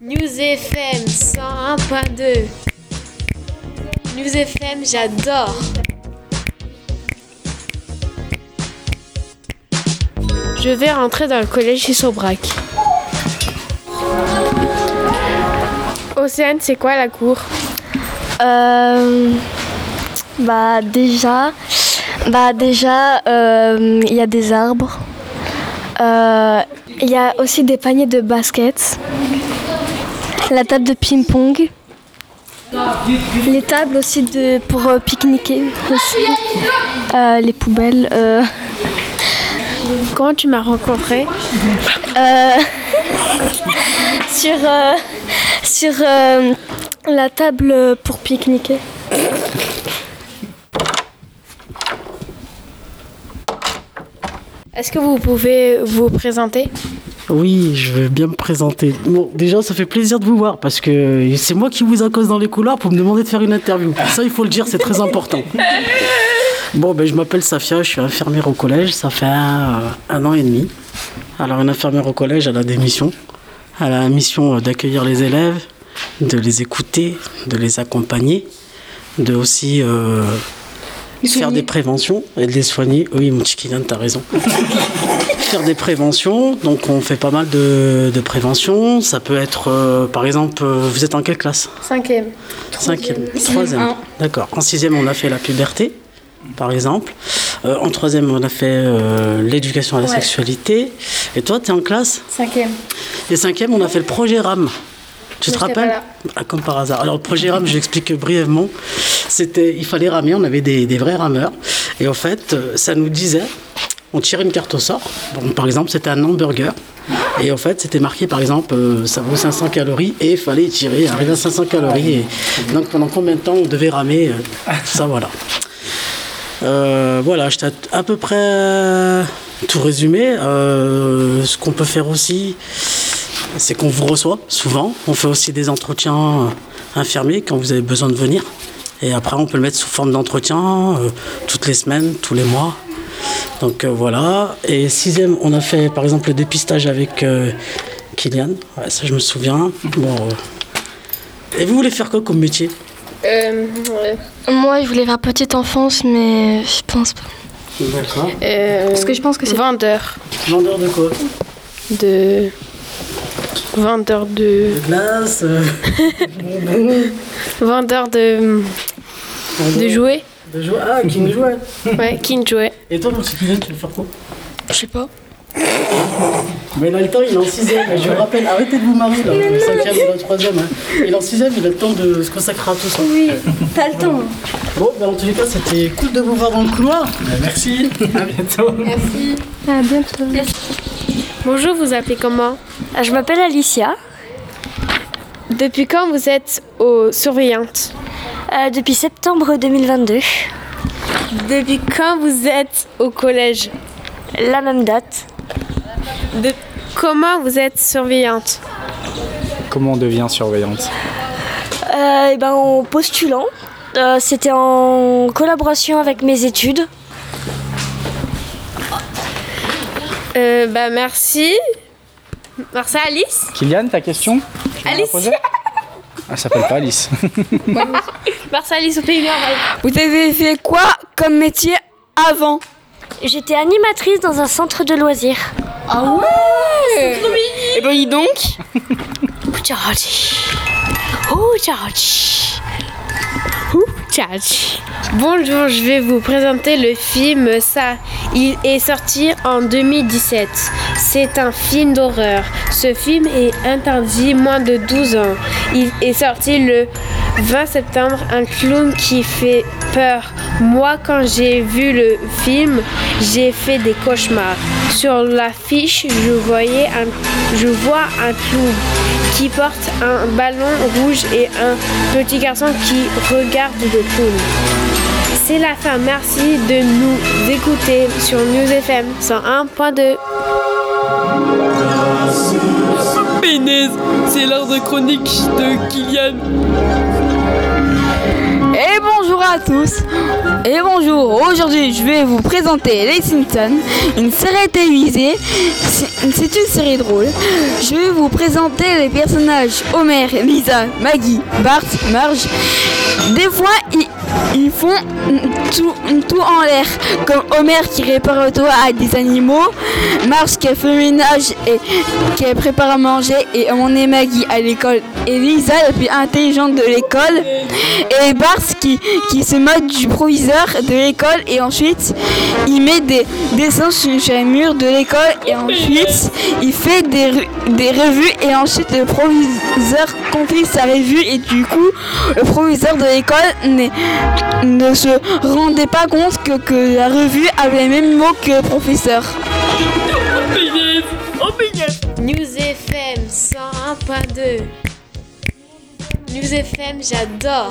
News FM 101.2. News FM, j'adore. Je vais rentrer dans le collège chez Sobrac. Océane, c'est quoi la cour Euh, bah déjà, bah déjà, euh, il y a des arbres. Euh, Il y a aussi des paniers de basket. La table de ping-pong. Les tables aussi de, pour euh, pique-niquer. aussi. Euh, les poubelles. euh, Quand tu m'as rencontré euh, sur euh, sur euh, la table pour pique-niquer. Est-ce que vous pouvez vous présenter Oui, je veux bien me présenter. Bon, déjà, ça fait plaisir de vous voir parce que c'est moi qui vous accose dans les couloirs pour me demander de faire une interview. Ça, il faut le dire, c'est très important. Bon, ben, je m'appelle Safia, je suis infirmière au collège, ça fait euh, un an et demi. Alors, une infirmière au collège, elle a des missions. Elle a la mission euh, d'accueillir les élèves, de les écouter, de les accompagner, de aussi euh, faire des préventions et de les soigner. Oui, mon petit Kylian, t'as raison faire des préventions. Donc, on fait pas mal de, de préventions. Ça peut être, euh, par exemple, euh, vous êtes en quelle classe Cinquième. Cinquième. Troisième. D'accord. En sixième, on a fait la puberté, par exemple. Euh, en troisième, on a fait euh, l'éducation à la sexualité. Et toi, tu es en classe Cinquième. et cinquième, on a fait le projet RAM. Tu te Moi, j'étais rappelles pas là. Ah, Comme par hasard. Alors, le projet RAM, je l'explique brièvement. C'était, il fallait ramer, on avait des, des vrais rameurs. Et en fait, euh, ça nous disait, on tirait une carte au sort. Bon, par exemple, c'était un hamburger. Et en fait, c'était marqué, par exemple, euh, ça vaut 500 calories. Et il fallait tirer, arriver à 500 calories. Et donc, pendant combien de temps on devait ramer euh, Ça, voilà. Euh, voilà, je t'ai à peu près euh, tout résumé. Euh, ce qu'on peut faire aussi, c'est qu'on vous reçoit souvent. On fait aussi des entretiens euh, infirmiers quand vous avez besoin de venir. Et après, on peut le mettre sous forme d'entretien euh, toutes les semaines, tous les mois. Donc euh, voilà. Et sixième, on a fait par exemple le dépistage avec euh, Kylian. Ouais, ça, je me souviens. Bon, euh. Et vous voulez faire quoi comme métier Euh, ouais. Moi, je voulais faire petite enfance, mais je pense pas. D'accord. Euh, Parce que je pense que c'est vendeur Vendeur de quoi de. Vendeur de. De glace euh. Vendeur de. de jouets De jouer Ah, qui me jouait Ouais, King Jouet. Et toi, mon petit Kylian, tu veux faire quoi Je sais pas. Mais il a le temps, il est en 6ème, je vous rappelle, arrêtez de vous marier là, le 5ème et le 3ème. hein. Il est en 6ème, il a le temps de se consacrer à tout ça. Oui, t'as le temps. Bon, bah, en tous les cas, c'était cool de vous voir dans le couloir. Merci, à bientôt. À bientôt. Bonjour, vous appelez comment Euh, Je m'appelle Alicia, Depuis quand vous êtes aux surveillantes euh, depuis septembre 2022, Depuis quand vous êtes au collège la même date. De... Comment vous êtes surveillante Comment on devient surveillante Euh, et ben, en postulant, Euh, c'était en collaboration avec mes études. Euh, bah merci. Merci Alice. Kylian, ta question Tu veux la Alice. poser Elle s'appelle pas Alice. Merci Alice au Pays Normal. Vous avez fait quoi comme métier avant J'étais animatrice dans un centre de loisirs. Eh ben dis donc Bonjour, je vais vous présenter le film Ça. Il est sorti en 2017. C'est un film d'horreur. Ce film est interdit moins de 12 ans. Il est sorti le 20 septembre. Un clown qui fait peur. Moi, quand j'ai vu le film, j'ai fait des cauchemars. Sur l'affiche, je voyais un, je vois un clown qui porte un ballon rouge et un petit garçon qui regarde le clown. C'est la fin. Merci de nous écouter sur News FM 101.2. Pénèse, c'est l'heure de chronique de Kylian. Et bonjour à tous Et bonjour, aujourd'hui je vais vous présenter Les Simpsons, une série télévisée. C'est c'est une série drôle. Je vais vous présenter les personnages Homer, Lisa, Maggie, Bart, Marge. Des fois, ils, ils font tout, tout en l'air, comme Homer qui répare le toit à des animaux, Marge qui fait le ménage et qui prépare à manger, et on est Maggie à l'école, et Lisa la plus intelligente de l'école, et Bart qui, qui se moque du proviseur de l'école, et ensuite il met des dessins sur, sur les murs de l'école, et ensuite il fait des, re- des revues, et ensuite le proviseur confie sa revue, et du coup le proviseur de l'école n'est ne se rendait pas compte que, que la revue avait les mêmes mots que le professeur. News FM 101.2 News FM, j'adore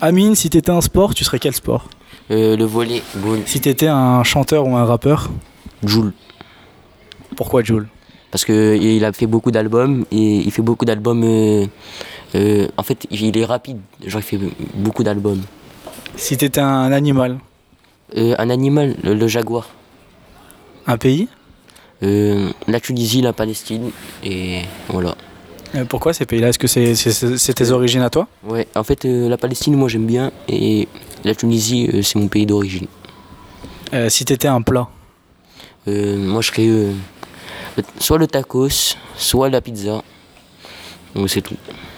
Amine, si t'étais un sport, tu serais quel sport Euh, le volleyball. Si t'étais un chanteur ou un rappeur, Joule. pourquoi Jules Parce que il a fait beaucoup d'albums et il fait beaucoup d'albums. euh, euh, en fait, il est rapide. Genre, il fait beaucoup d'albums. Si t'étais un animal, Euh, un animal, le, le jaguar. un pays, Euh, la Tunisie, la Palestine et voilà. euh, pourquoi ces pays-là Est-ce que c'est c'est- c'est tes origines à toi Ouais, en fait, euh, la Palestine, moi j'aime bien et la Tunisie, euh, c'est mon pays d'origine. Euh, Si t'étais un plat, Euh, moi, je serais euh, le- soit le tacos, soit la pizza. Donc, c'est tout.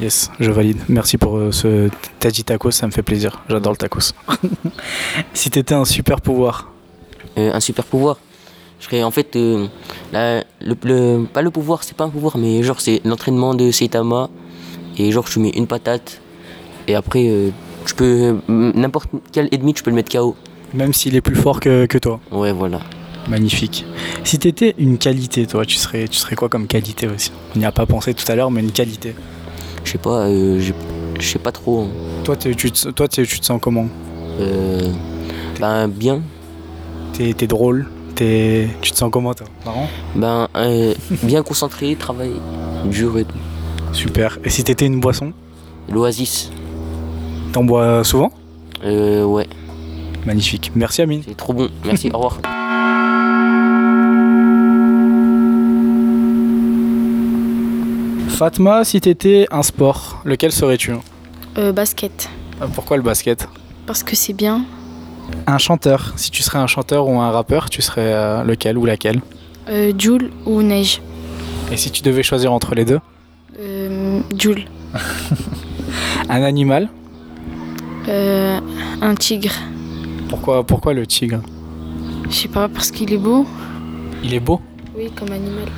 Yes, je valide. Merci pour euh, ce t'as dit tacos, ça me fait plaisir. J'adore le tacos. si t'étais un super pouvoir, Euh, un super pouvoir. Je serais en fait. euh, la- le, le- pas le pouvoir, c'est pas un pouvoir, mais genre c'est l'entraînement de Saitama. Et genre tu mets une patate. Et après, euh, tu peux. euh, N'importe quel ennemi, tu peux le mettre KO. même s'il est plus fort que, que toi. Ouais, voilà. Magnifique. Si t'étais une qualité, toi, tu serais, tu serais quoi comme qualité aussi On n'y a pas pensé tout à l'heure, mais une qualité. Je sais pas, euh, j'ai- je sais pas trop. hein. Toi, t'es- tu te, toi t'es- tu te sens comment Euh, ben, bien. T'es t'es drôle T'es- Tu te sens comment, toi Marrant Ben, euh, bien concentré, travail dur et tout. Super. Et si t'étais une boisson L'oasis. T'en bois souvent Euh, ouais, Magnifique. Merci, Amine. c'est trop bon. Merci, au revoir. Fatma, si t'étais un sport, lequel serais-tu Euh, basket. Pourquoi le basket Parce que c'est bien. Un chanteur. Si tu serais un chanteur ou un rappeur, tu serais euh, lequel ou laquelle Euh, Joule ou neige Et si tu devais choisir entre les deux euh, Joule. Un animal Euh, un tigre. Pourquoi, pourquoi le tigre Je sais pas, parce qu'il est beau. Il est beau. Oui, comme animal.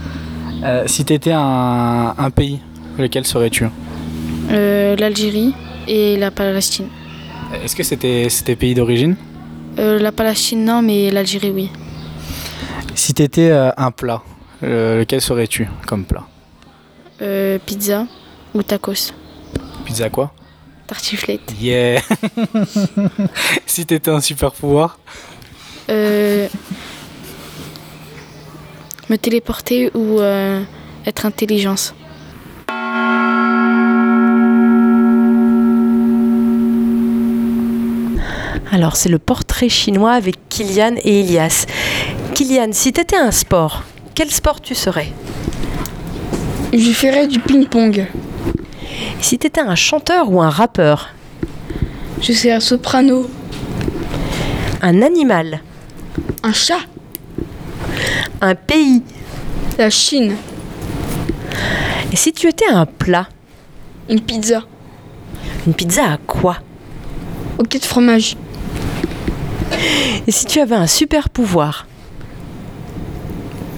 Euh, si t'étais un, un pays, lequel serais-tu Euh, L'Algérie et la Palestine. Est-ce que c'était c'était pays d'origine Euh, la Palestine, non, mais l'Algérie, oui. Si t'étais euh, un plat, euh, lequel serais-tu comme plat Euh, pizza ou tacos. Pizza quoi Tartiflette. Yeah Si t'étais un super pouvoir Euh, me téléporter ou euh, être intelligence. Alors, c'est le portrait chinois avec Kylian et Elias. Kylian, si t'étais un sport, quel sport tu serais Je ferai du ping-pong. Si t'étais un chanteur ou un rappeur, Je serai un soprano. un animal, Un chat. un pays, La Chine. et si tu étais un plat, Une pizza. une pizza à quoi Au quai de fromage. Et si tu avais un super pouvoir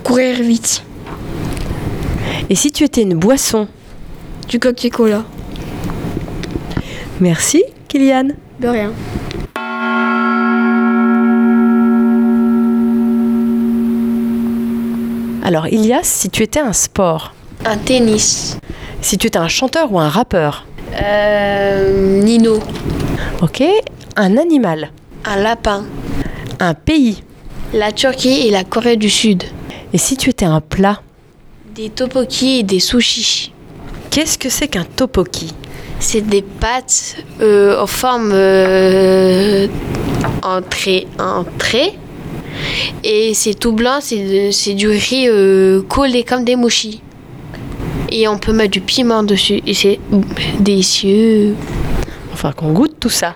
Courir vite. Et si tu étais une boisson Du Coca-Cola. Merci, Kylian. De rien. Alors, Ilias, si tu étais un sport Un tennis. Si tu étais un chanteur ou un rappeur Euh, Nino. Ok. Un animal Un lapin. Un pays La Turquie et la Corée du Sud. Et si tu étais un plat Des topoki et des sushis. Qu'est-ce que c'est qu'un topoki C'est des pâtes euh, en forme euh, en trait, en trait. Et c'est tout blanc, c'est c'est du riz euh, collé comme des mouchis. Et on peut mettre du piment dessus. Et c'est délicieux. Enfin, qu'on goûte tout ça.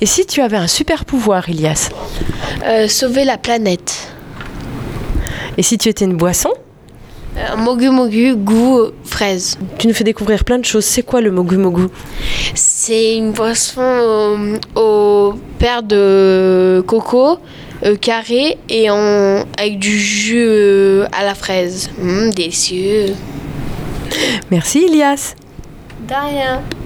Et si tu avais un super pouvoir, Ilias Euh, sauver la planète. Et si tu étais une boisson Euh, mogu mogu, goût euh, fraise. Tu nous fais découvrir plein de choses. C'est quoi le mogu mogu C'est une boisson euh, au père de coco euh, carré et en, avec du jus euh, à la fraise. Hum, délicieux. Merci, Ilias. De rien.